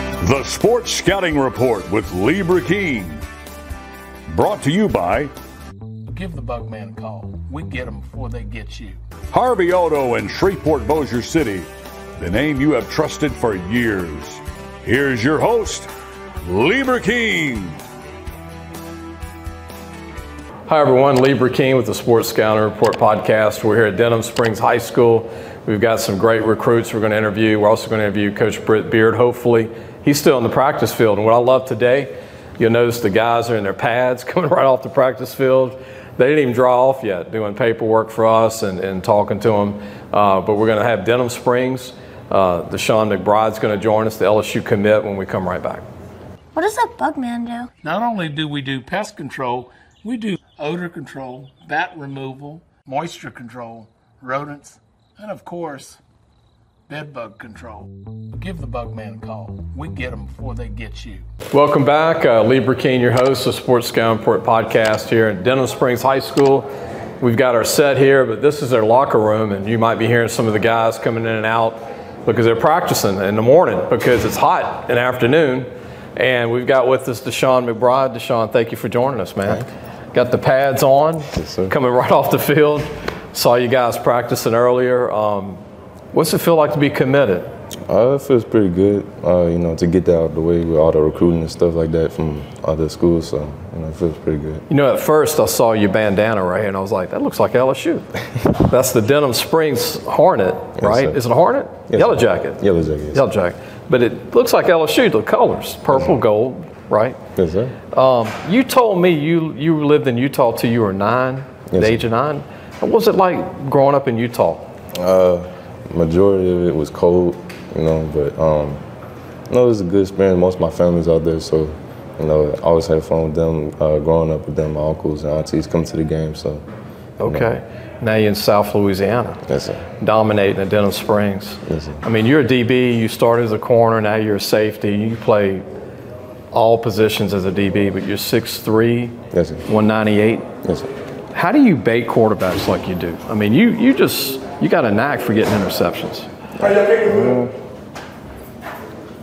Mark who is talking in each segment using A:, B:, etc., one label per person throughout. A: The Sports Scouting Report with Lee Burkeen. Brought to you by
B: Give the bug man a call. We get them before they get you.
A: Harvey Auto in Shreveport, Bossier City, the name you have trusted for years. Here's your host, Lee Burkeen.
C: Hi everyone, Lee Burkeen with the Sports Scouting Report podcast. We're here at Denham Springs High School. We've got some great recruits we're going to interview. We're also going to interview Coach Britt Beard, hopefully. He's still in the practice field. And what I love today, you'll notice the guys are in their pads coming right off the practice field. They didn't even draw off yet, doing paperwork for us and, and talking to them. Uh, but we're going to have Denham Springs. Uh, Deshaun McBride's going to join us, the LSU commit, when we come right back.
D: What does that bug man do?
B: Not only do we do pest control, we do odor control, bat removal, moisture control, rodents, and of course, bed bug control. Give the bug man a call. We get them before they get you.
C: Welcome back. Uh, Lee Burkeen, your host of Sports Scout Report podcast here at Denham Springs High School. We've got our set here, but this is their locker room, and you might be hearing some of the guys coming in and out because they're practicing in the morning because it's hot in the afternoon. And we've got with us Deshaun McBride. Deshaun, thank you for joining us, man. Got the pads on, coming right off the field. Saw you guys practicing earlier. Um, what's it feel like to be committed?
E: Uh, it feels pretty good, uh, you know, to get that out of the way with all the recruiting and stuff like that from other schools. So, you know, it feels pretty good.
C: You know, at first I saw your bandana right here, and I was like, that looks like LSU. That's the Denham Springs Hornet, right?
E: sir.
C: Is it a Hornet?
E: Yes,
C: Yellow
E: sir.
C: jacket.
E: Yellow jacket.
C: Yellow jacket. But it looks like LSU, the colors, purple,
E: Mm-hmm.
C: gold, right?
E: Yes, sir.
C: Um, you told me you, you lived in Utah till you were nine,
E: Yes,
C: the
E: sir.
C: age of nine. What was it like growing up in Utah?
E: Uh, Majority of it was cold, you know, but um, no, it was a good experience. Most of my family's out there, so you know, I always had fun with them. Uh, growing up with them, my uncles and aunties come to the game, so
C: Okay. Now you're in South Louisiana.
E: yes, sir.
C: dominating at Denham Springs.
E: Yes, sir.
C: I mean, you're a DB, you started as a corner, now you're a safety, you play all positions as a DB, but you're 6'3,
E: Yes, sir.
C: 198.
E: Yes, sir.
C: How do you bait quarterbacks like you do? I mean, you, you just, you got a knack for getting interceptions.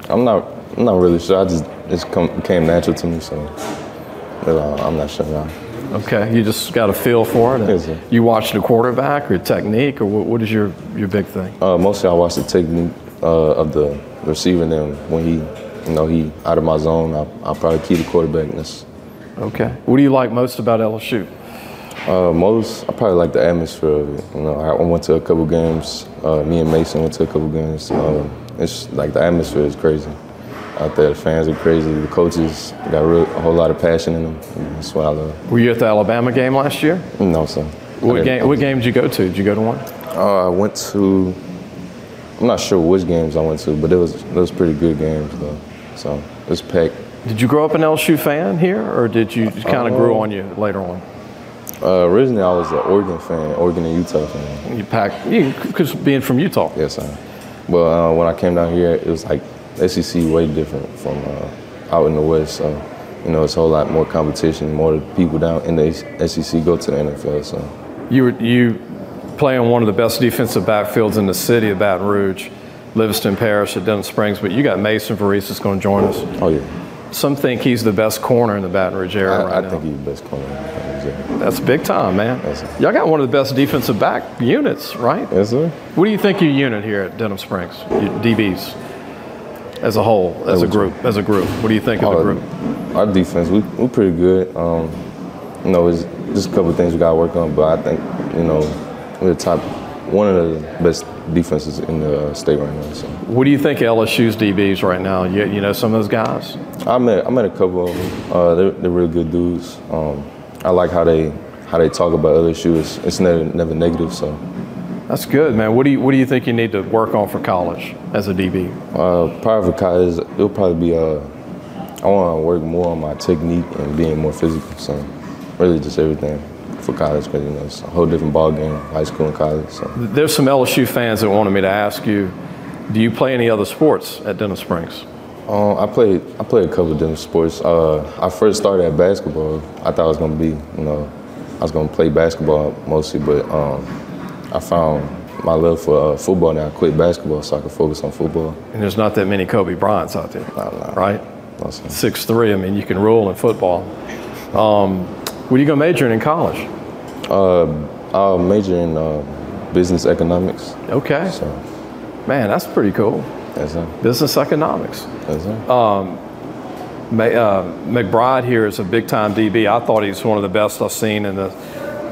E: I'm not, I'm not really sure. I just it's come, came natural to me, so but, uh, I'm not sure now.
C: Okay, you just got a feel for it. and
E: Yes, sir.
C: You watch the quarterback or technique, or what, what is your, your big thing?
E: Uh, mostly, I watch the technique uh, of the receiver. And then when he, you know, he out of my zone, I I probably key the quarterback. And that's
C: Okay. What do you like most about LSU?
E: Uh, most, I probably like the atmosphere of it. You know, I went to a couple games. Uh, me and Mason went to a couple games. Um, it's like the atmosphere is crazy out there. The fans are crazy. The coaches got real, a whole lot of passion in them. And that's what I love.
C: Were you at the Alabama game last year?
E: You know, so I
C: What
E: didn't-
C: game, what game did you go to? Did you go to one?
E: Uh, I went to. I'm not sure which games I went to, but it was it was pretty good games though. So it was packed.
C: Did you grow up an LSU fan here, or did you kind of
E: Oh.
C: grew on you later on?
E: Uh, originally, I was an Oregon fan, Oregon and Utah fan.
C: You packed, because being from Utah.
E: Yes, sir. But uh, when I came down here, it was like SEC way different from uh, out in the West. So, you know, it's a whole lot more competition. More people down in the SEC go to the NFL. So,
C: You were you play on one of the best defensive backfields in the city of Baton Rouge, Livingston Parish at Denham Springs, but you got Mason Varese that's going to join us.
E: oh yeah,
C: Some think he's the best corner in the Baton Rouge area
E: I,
C: right
E: I
C: now.
E: think he's the best corner. in the conference, yeah.
C: That's big time, man.
E: Yes, sir.
C: Y'all got one of the best defensive back units, right?
E: Yes, sir.
C: What do you think your unit here at Denham Springs, your DBs, as a whole, as a group, as a group? What do you think of the
E: Uh,
C: group?
E: Our defense, we we're pretty good. Um, you know, it's just a couple of things we got to work on, but I think you know we're the top one of the best defenses in the uh, state right now. So.
C: What do you think of LSU's DBs right now? You, you know some of those guys.
E: I met I met a couple of them. Uh, they're they're real good dudes. Um, I like how they how they talk about LSU. It's, it's never never negative. So
C: That's good, man. What do you What do you think you need to work on for college as a DB?
E: uh, probably for college, it'll probably be uh, I want to work more on my technique and being more physical. So really just everything for college because you know it's a whole different ball game, high school and college. So
C: There's some LSU fans that wanted me to ask you, do you play any other sports at Denham Springs?
E: um, I played I played a couple of different sports. Uh, I first started at basketball. I thought I was gonna be you know I was gonna play basketball mostly, but um, I found my love for uh, football now. I quit basketball so I could focus on football.
C: And there's not that many Kobe Bryants out there,
E: nah.
C: right?
E: Also,
C: Six three. I mean, you can roll in football. Um, what are you gonna major in in college?
E: I Uh, major in uh, business economics.
C: Okay,
E: So,
C: man, that's pretty cool.
E: that's it.
C: Business economics.
E: That's it.
C: Ma- uh, McBride here is a big time DB. I thought he's one of the best I've seen in the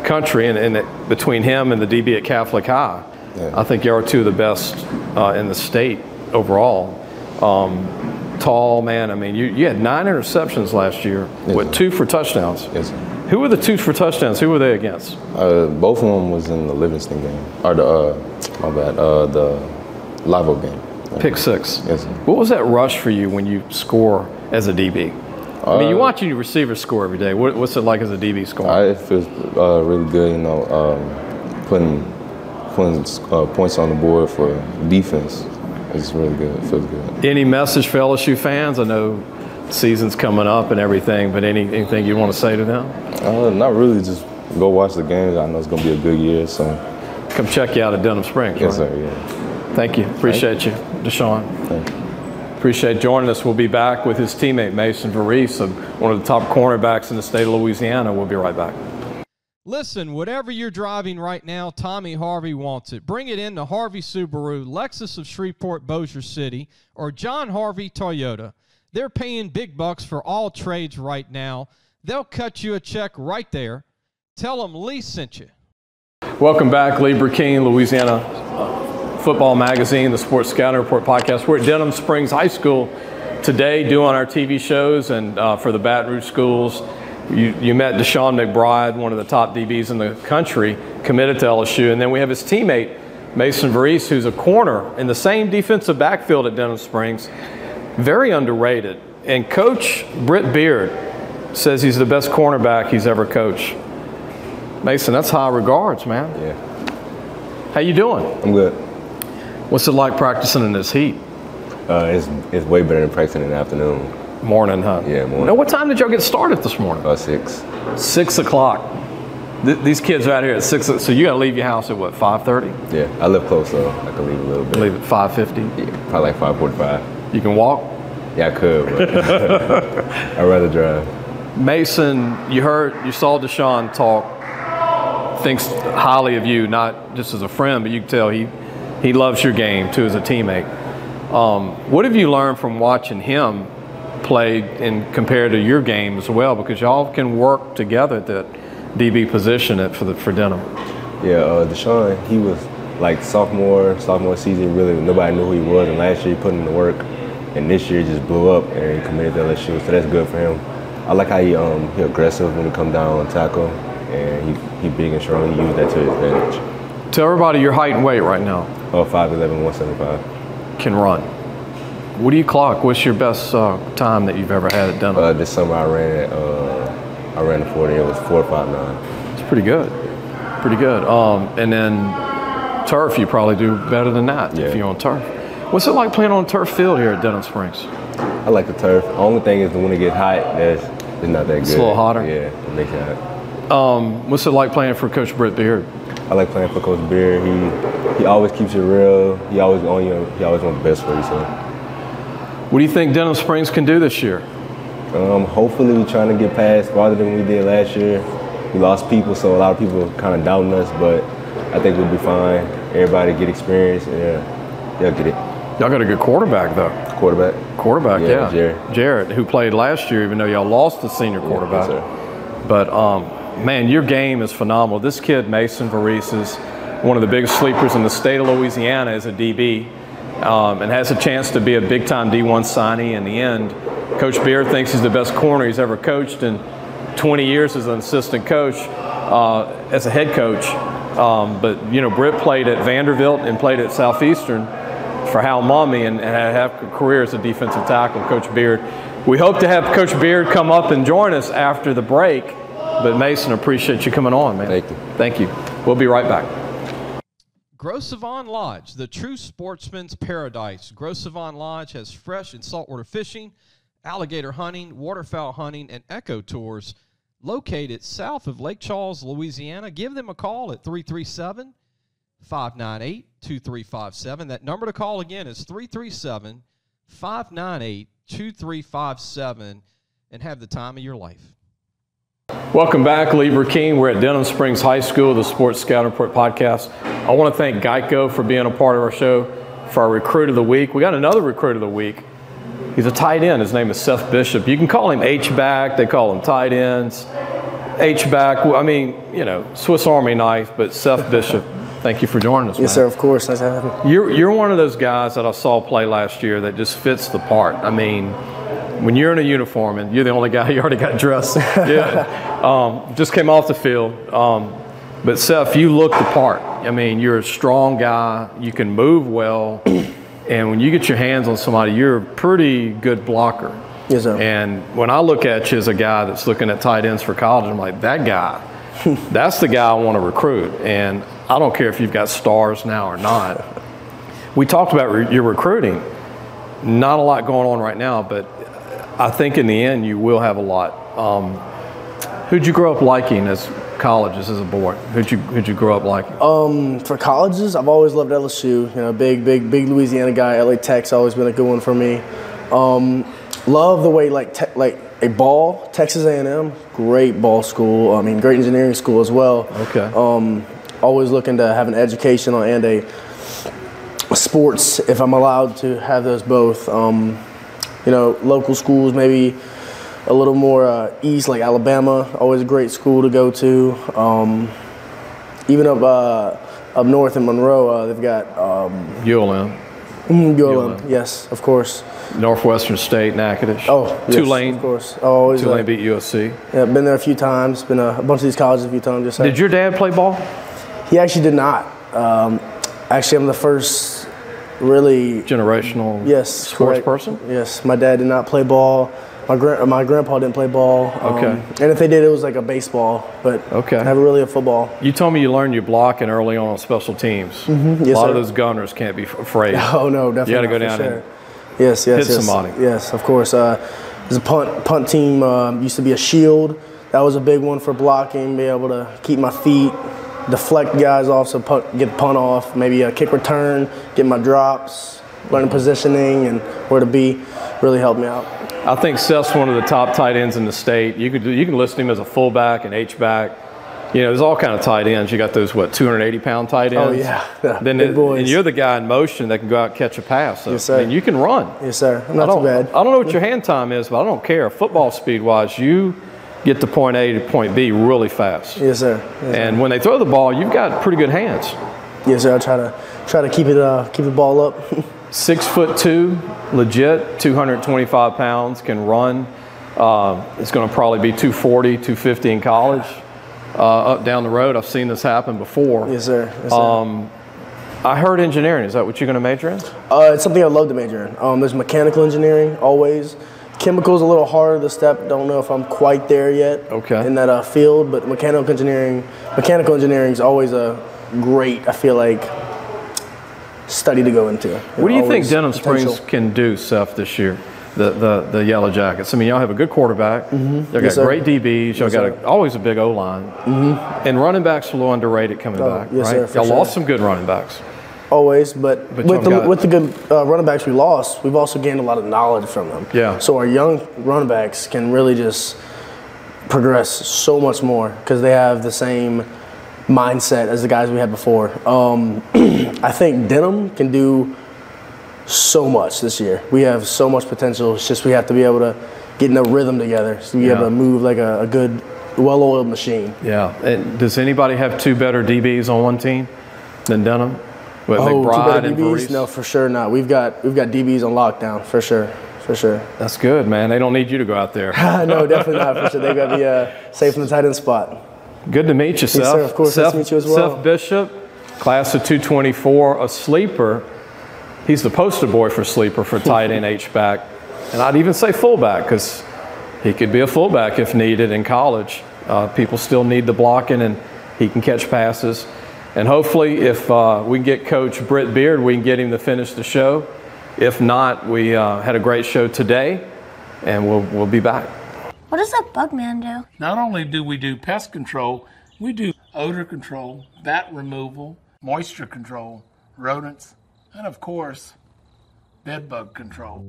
C: country, and, and it, between him and the DB at Catholic High,
E: Yeah.
C: I think you are two of the best uh, in the state overall. Um, tall man. I mean, you, you had nine interceptions last year,
E: Yes,
C: with
E: sir.
C: two for touchdowns.
E: Yes, sir.
C: Who were the two for touchdowns? Who were they against?
E: Uh, both of them was in the Livingston game, or the uh, my bad, uh, the Lavo game.
C: Pick six.
E: Uh, Yes, sir.
C: What was that rush for you when you score as a DB? I
E: Uh,
C: mean, you watch your receivers score every day. What, what's it like as a DB scoring?
E: I, it feels uh, really good, you know, um, putting putting uh, points on the board for defense. It's really good. It feels good.
C: Any message for LSU fans? I know season's coming up and everything, but any, anything you want to say to them?
E: Uh, not really. Just go watch the games. I know it's gonna be a good year. So
C: Come check you out at Denham Springs.
E: yes,
C: right?
E: sir. Yeah.
C: Thank you. Appreciate you, Deshaun.
E: Thank you.
C: Appreciate joining us. We'll be back with his teammate Mason Verese, of- one of the top cornerbacks in the state of Louisiana. We'll be right back.
F: Listen, whatever you're driving right now, Tommy Harvey wants it. Bring it in to Harvey Subaru, Lexus of Shreveport, Bossier City, or John Harvey Toyota. They're paying big bucks for all trades right now. They'll cut you a check right there. Tell them Lee sent you.
C: Welcome back, Libra King, Louisiana uh, Football Magazine, the Sports Scouting Report podcast. We're at Denham Springs High School today doing our TV shows and uh, for the Baton Rouge schools. You, you met Deshaun McBride, one of the top DBs in the country, committed to LSU. And then we have his teammate, Mason Verese, who's a corner in the same defensive backfield at Denham Springs. Very underrated. And coach Britt Beard says he's the best cornerback he's ever coached. Mason, that's high regards, man.
E: Yeah.
C: How you doing?
E: I'm good.
C: What's it like practicing in this heat?
E: Uh, it's it's way better than practicing in the afternoon.
C: Morning, huh?
E: Yeah, morning.
C: Now, what time did y'all get started this morning?
E: About uh, six.
C: Six o'clock. Th- these kids are out here at six. o- So you got to leave your house at what? Five thirty?
E: Yeah. I live close, so I can leave a little bit.
C: Leave at five fifty.
E: Yeah, probably like five forty-five.
C: You can walk.
E: Yeah, I could, but I'd rather drive.
C: Mason, you heard, you saw Deshaun talk. Thinks highly of you, not just as a friend, but you can tell he he loves your game too as a teammate. Um, what have you learned from watching him play and compared to your game as well? Because y'all can work together at that DB position at, for the for Denham.
E: Yeah, uh, Deshaun, he was like sophomore, sophomore season, really nobody knew who he was. And last year he put in the work, and this year he just blew up and he committed to LSU, so that's good for him. I like how he um he aggressive when he come down on tackle, and he, he big and strong. He used that to his advantage.
C: Tell everybody your height and weight right now.
E: Oh, 5'11", 175.
C: Can run. What do you clock? What's your best uh, time that you've ever had at Denham?
E: Uh, this summer I ran at, uh, I ran the 40. It was 4.59.
C: It's pretty good. Pretty good. Um, and then turf, you probably do better than that if
E: Yeah.
C: you're on turf. What's it like playing on turf field here at Denham Springs?
E: I like the turf. Only thing is when it gets hot, that's it's not that good.
C: It's a little hotter.
E: Yeah, it makes it hot.
C: What's it like playing for Coach Britt Beard?
E: I like playing for Coach Beard. He he always keeps it real. He always on you. He always wants the best for you. So
C: What do you think Denham Springs can do this year?
E: um, hopefully we're trying to get past farther than we did last year. We lost people, so a lot of people kind of doubting us. But I think we'll be fine. Everybody get experience. And yeah, they'll get it.
C: Y'all got a good quarterback, though.
E: Quarterback.
C: Quarterback, yeah.
E: Yeah, Jarrett.
C: Jarrett, who played last year, even though y'all lost the senior quarterback.
E: sir.
C: But um, man, your game is phenomenal. This kid, Mason Varese, is one of the biggest sleepers in the state of Louisiana as a DB um, and has a chance to be a big time D1 signee in the end. Coach Beard thinks he's the best corner he's ever coached in 20 years as an assistant coach, uh, as a head coach. Um, but, you know, Britt played at Vanderbilt and played at Southeastern for Hal Mummy and, and had half a career as a defensive tackle, Coach Beard. We hope to have Coach Beard come up and join us after the break. But Mason, appreciate you coming on, man.
E: Thank you.
C: Thank you. We'll be right back.
F: Grosavon Lodge, the true sportsman's paradise. Grosavon Lodge has fresh and saltwater fishing, alligator hunting, waterfowl hunting, and echo tours located south of Lake Charles, Louisiana. Give them a call at 337 598 2357. That number to call again is 337 598 2357 and have the time of your life.
C: Welcome back, Lieber King. We're at Denham Springs High School, the Sports Scout Report podcast. I want to thank Geico for being a part of our show, for our recruit of the week. We got another recruit of the week. He's a tight end. His name is Seth Bishop. You can call him H-back. They call him tight ends. H-back, well, I mean, you know, Swiss Army knife, but Seth Bishop, thank you for joining us.
G: Yes,
C: man.
G: sir. Of course. Nice to have you.
C: You're, you're one of those guys that I saw play last year that just fits the part. I mean, when you're in a uniform and you're the only guy, you already got dressed. yeah. Um, just came off the field. Um, but Seth, you look the part. I mean, you're a strong guy. You can move well. And when you get your hands on somebody, you're a pretty good blocker.
G: Yes, sir.
C: And when I look at you as a guy that's looking at tight ends for college, I'm like, that guy, that's the guy I want to recruit. And I don't care if you've got stars now or not. We talked about re- your recruiting. Not a lot going on right now, but I think in the end you will have a lot. Um, who'd you grow up liking as colleges as a board? Who'd you who'd you grow up liking?
G: Oh, Mm, For colleges, I've always loved LSU. You know, big, big, big Louisiana guy. LA Tech's always been a good one for me. Um, love the way like te- like a ball. Texas A&M, great ball school. I mean, great engineering school as well.
C: Okay.
G: Um, always looking to have an educational and a sports, if I'm allowed to have those both. Um, you know, local schools maybe a little more uh, east, like Alabama, always a great school to go to. Um, even up uh, up north in Monroe, uh, they've got um,
C: ULM,
G: ULM. Yes, of course.
C: Northwestern State, Natchitoches.
G: Oh, yes,
C: Tulane.
G: Of course. Oh, always.
C: Tulane
G: uh,
C: beat USC.
G: yeah, been there a few times. Been a, a bunch of these colleges a few times. Just
C: Did your dad play ball?
G: He actually did not. Um, actually, I'm the first really
C: Generational
G: yes
C: sports
G: correct.
C: person?
G: Yes, my dad did not play ball. My gran- my grandpa didn't play ball. Um,
C: Okay.
G: And if they did, it was like a baseball, but
C: Okay.
G: never really a football.
C: You told me you learned your blocking early on on special teams.
G: Mm-hmm. Yes,
C: a lot of
G: sir.
C: those gunners can't be f- afraid.
G: Oh no, definitely.
C: gotta go
G: not, for
C: down
G: sure.
C: and
G: yes, yes,
C: hit
G: yes,
C: somebody.
G: Yes, of course. Uh, there's a punt punt team um, used to be a shield. That was a big one for blocking, be able to keep my feet, deflect guys off, so punt, get punt off, maybe a kick return, get my drops, learn positioning and where to be, really helped me out.
C: I think Seth's one of the top tight ends in the state. You could you can list him as a fullback, an H back. You know, there's all kind of tight ends. You got those what 280 pound tight
G: Oh,
C: ends.
G: yeah. Yeah,
C: Then
G: big
C: it- and
G: boys.
C: you're the guy in motion that can go out and catch a pass. So,
G: Yes, sir.
C: I mean, you can run.
G: Yes, sir.
C: I
G: Not
C: don't,
G: too bad.
C: I don't know what your hand time is, but I don't care. Football speed wise, you get to point A to point B really fast.
G: yes, sir. Yes,
C: And when they throw the ball, you've got pretty good hands.
G: yes, sir. I try to try to keep it uh, keep the ball up.
C: Six foot two, legit, 225 pounds, can run. Uh, it's going to probably be 240, 250 in college. Uh, up down the road, I've seen this happen before.
G: yes, sir. Yes, sir.
C: Um, I heard engineering. Is that what you're going to major in?
G: Uh, it's something I love to major in. Um, there's mechanical engineering always. Chemicals a little harder to step. Don't know if I'm quite there yet.
C: Okay.
G: In that uh, field, but mechanical engineering, mechanical engineering is always a great. I feel like study to go into.
C: What do you think
G: Always
C: Denham
G: potential.
C: Springs can do, Seth, this year? The, the, the Yellow Jackets. I mean, y'all have a good quarterback. Y'all got
G: Mm-hmm. Yes, sir.
C: great DBs. Y'all
G: Yes,
C: got
G: sir. Mm-hmm.
C: a, always a big O line. And running backs are a little underrated coming
G: Oh,
C: back,
G: yes,
C: right?
G: sir, for
C: y'all lost
G: sure.
C: some good running backs.
G: Always, but,
C: But y'all
G: with,
C: got-
G: the, with the good uh, running backs we lost, we've also gained a lot of knowledge from them.
C: Yeah.
G: So our young running backs can really just progress so much more because they have the same mindset as the guys we had before. Um, I think Denham can do so much this year. We have so much potential. It's just we have to be able to get in a rhythm together, so be
C: Yeah.
G: able to move like a, a good, well-oiled machine.
C: Yeah. And does anybody have two better DBs on one team than Denham? With
G: Oh, two
C: McBride
G: better
C: and
G: DBs?
C: Brees?
G: No, for sure not. We've got we've got DBs on lockdown for sure, for sure.
C: That's good, man. They don't need you to go out there.
G: no, definitely not for sure. They got to be uh, safe in the tight end spot.
C: Good to meet you, Seth.
G: sir, of course.
C: Seth,
G: Nice to meet you as well.
C: Seth Bishop, class of 224, a sleeper. He's the poster boy for sleeper for tight end H-back. And I'd even say fullback because he could be a fullback if needed in college. Uh, people still need the blocking and he can catch passes. And hopefully, if uh, we can get Coach Britt Beard, we can get him to finish the show. If not, we uh, had a great show today and we'll, we'll be back.
D: What does a bug man do?
B: Not only do we do pest control, we do odor control, bat removal, moisture control, rodents, and of course, bed bug control.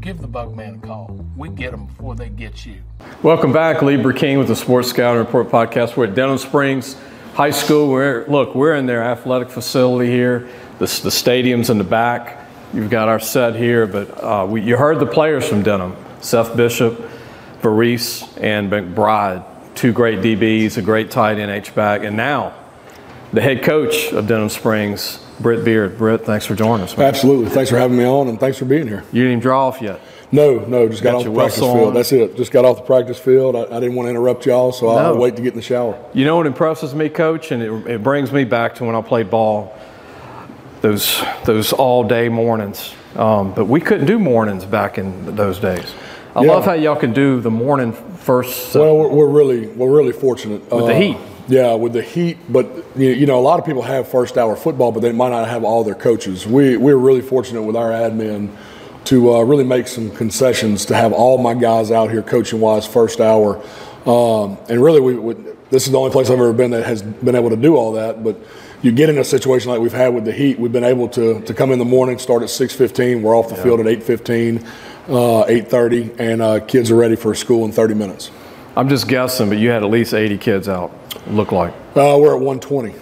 B: Give the bug man a call. We get them before they get you.
C: Welcome back, Lee King with the Sports Scouting Report podcast. We're at Denham Springs High School. We're look, we're in their athletic facility here. The, the stadium's in the back. You've got our set here, but uh, we, you heard the players from Denham: Seth Bishop, Varese, and McBride. Two great DBs, a great tight end, H back, and now the head coach of Denham Springs, Britt Beard. Britt, thanks for joining us. Man.
H: Absolutely. Thanks for having me on, and thanks for being here.
C: You didn't even draw off yet.
H: No, no, just got,
C: Got
H: off the
C: your
H: practice
C: whistle on.
H: field. That's it. Just got off the practice field. I, I didn't want to interrupt y'all, so I'll
C: No.
H: wait to get in the shower.
C: You know what impresses me, coach, and it, it brings me back to when I played ball. Those those all day mornings, um, but we couldn't do mornings back in those days. I
H: Yeah.
C: love how y'all can do the morning first. set.
H: Well, we're, we're really we're really fortunate with
C: the heat.
H: Yeah, with the heat, but you you know, a lot of people have first hour football, but they might not have all their coaches. We we're really fortunate with our admin to uh, really make some concessions to have all my guys out here coaching wise first hour, um, and really we would. This is the only place I've ever been that has been able to do all that, but. You get in a situation like we've had with the heat. We've been able to, to come in the morning, start at six fifteen. We're off the field at eight fifteen, uh, eight thirty, and uh, kids are ready for school in thirty minutes.
C: I'm just guessing, but you had at least 80 kids out. Looked like
H: Uh, we're at 120.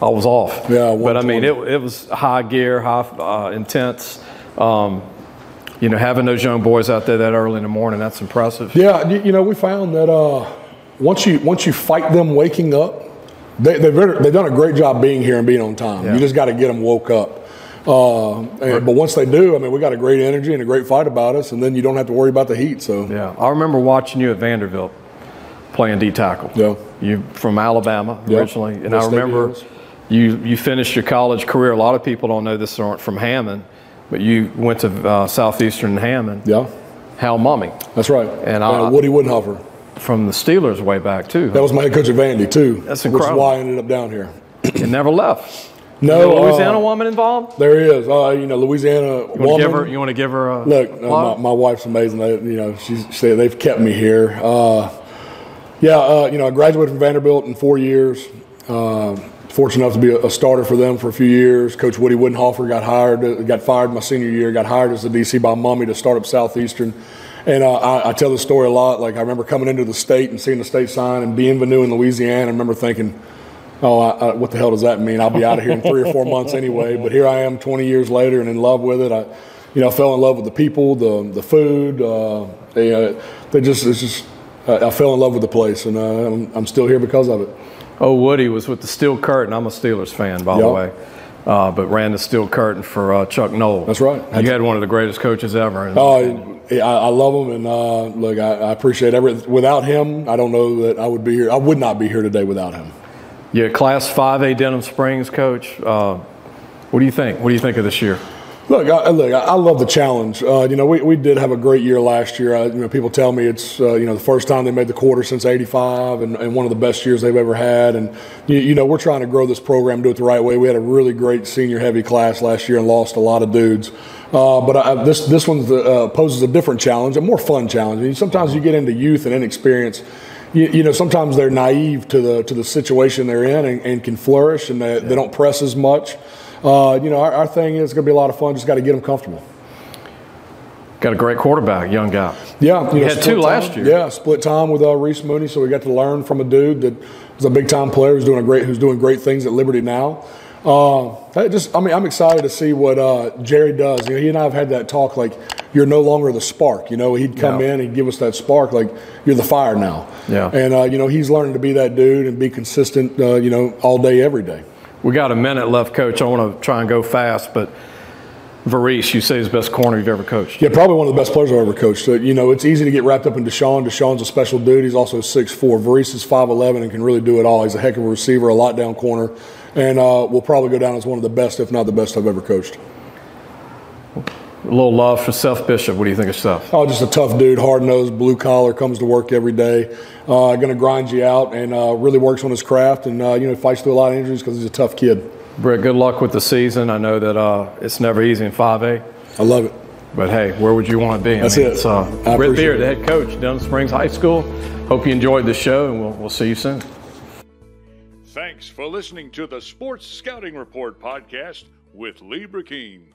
C: I was off.
H: Yeah,
C: but I mean, it, it was high gear, high uh, intense. Um, you know, having those young boys out there that early in the morning, that's impressive.
H: Yeah, you, you know, we found that uh, once you once you fight them waking up, they, they've re- they've done a great job being here and being on time.
C: Yeah.
H: You just got to get them woke up. Uh, and- But once they do, I mean, we got a great energy and a great fight about us, and then you don't have to worry about the heat. So
C: Yeah, I remember watching you at Vanderbilt playing D tackle.
H: Yeah.
C: You from Alabama
H: Yep.
C: originally, and
H: West
C: I
H: State
C: remember
H: Eagles.
C: you you finished your college career. A lot of people don't know this aren't from Hammond, but you went to uh, Southeastern Hammond.
H: yeah,
C: Hal Mummy
H: that's right.
C: And I-
H: uh, Woody Woodhuffer,
C: from the Steelers way back too.
H: that was my head coach at Vandy too.
C: That's
H: Which
C: incredible.
H: is why I ended up down here.
C: and never left.
H: No,
C: the Louisiana
H: uh,
C: woman involved.
H: There he is. Uh, you know, Louisiana
C: You want to give her?
H: woman.
C: You want to give her a
H: Look, uh,
C: plug?
H: my, my wife's amazing. They, you know, she's she, they've kept me here. Uh, yeah, uh, you know, I graduated from Vanderbilt in four years. Uh, fortunate enough to be a, a starter for them for a few years. Coach Woody Woodenhofer got hired, uh, got fired my senior year. Got hired as the DC by Mummy to start up Southeastern. And uh, I, I tell this story a lot. Like I remember coming into the state and seeing the state sign and Bienvenue in Louisiana. I remember thinking, oh, I, I, what the hell does that mean? I'll be out of here in three or four months anyway. But here I am, 20 years later, and in love with it. I, you know, fell in love with the people, the the food. Uh, they, uh, they just, it's just, I I fell in love with the place, and uh, I'm, I'm still here because of it.
C: Oh, Woody was with the Steel Curtain. I'm a Steelers fan, by the
H: Yup.
C: way. Uh, but ran the Steel Curtain for uh, Chuck Knoll.
H: That's right.
C: you had one of the greatest coaches ever. And
H: Oh, I, I I love him, and uh, look, I, I appreciate every. Without him, I don't know that I would be here. I would not be here today without him.
C: Your Class 5A Denham Springs coach. Uh, what do you think? What do you think of this year?
H: Look, I, look, I I love the challenge. Uh, you know, we, we did have a great year last year. I, you know, people tell me it's uh, you know the first time they made the quarter since '85, and, and one of the best years they've ever had. And you, you know, we're trying to grow this program, do it the right way. We had a really great senior-heavy class last year and lost a lot of dudes. Uh, but I, I- this this one uh, poses a different challenge, a more fun challenge. I mean, sometimes you get into youth and inexperience you, you know sometimes they're naive to the to the situation they're in and, and can flourish and they, they don't press as much uh, you know our, our thing is going to be a lot of fun just got to get them comfortable
C: Got a great quarterback, young guy.
H: yeah you
C: You
H: know,
C: had
H: split
C: two last
H: time-
C: year.
H: yeah split time with uh, reese mooney so we got to learn from a dude that was a big time player who's doing a great who's doing great things at liberty now uh, I just i mean i'm excited to see what uh, jerry does you know he and i've had that talk like you're no longer the spark you know he'd come
C: Yeah.
H: in and give us that spark like you're the fire now
C: Yeah.
H: and uh, you know he's learning to be that dude and be consistent uh, you know all day every day
C: We got a minute left, coach. I want to try and go fast, but Varese, you say he's the best corner you've ever coached.
H: Yeah, probably one of the best players I've ever coached. So, you know, it's easy to get wrapped up in Deshaun. Deshaun's a special dude. He's also 6'4. Varese is 5'11 and can really do it all. He's a heck of a receiver, a lot down corner, and uh, will probably go down as one of the best, if not the best, I've ever coached.
C: A little love for Seth Bishop. What do you think of Seth?
H: Oh, just a tough dude, hard nosed, blue collar, comes to work every day, uh, going to grind you out, and uh, really works on his craft and, uh, you know, fights through a lot of injuries because he's a tough kid.
C: Britt, good luck with the season. I know that uh, it's never easy in 5A.
H: I love it.
C: But hey, where would you want to be? I
H: That's it.
C: It's, uh,
H: I
C: Britt
H: appreciate
C: Beard, the
H: it.
C: head coach, Dunham Springs High School. Hope you enjoyed the show, and we'll, we'll see you soon.
A: Thanks Thanks for listening to the Sports Scouting Report podcast with Lee Brakeen.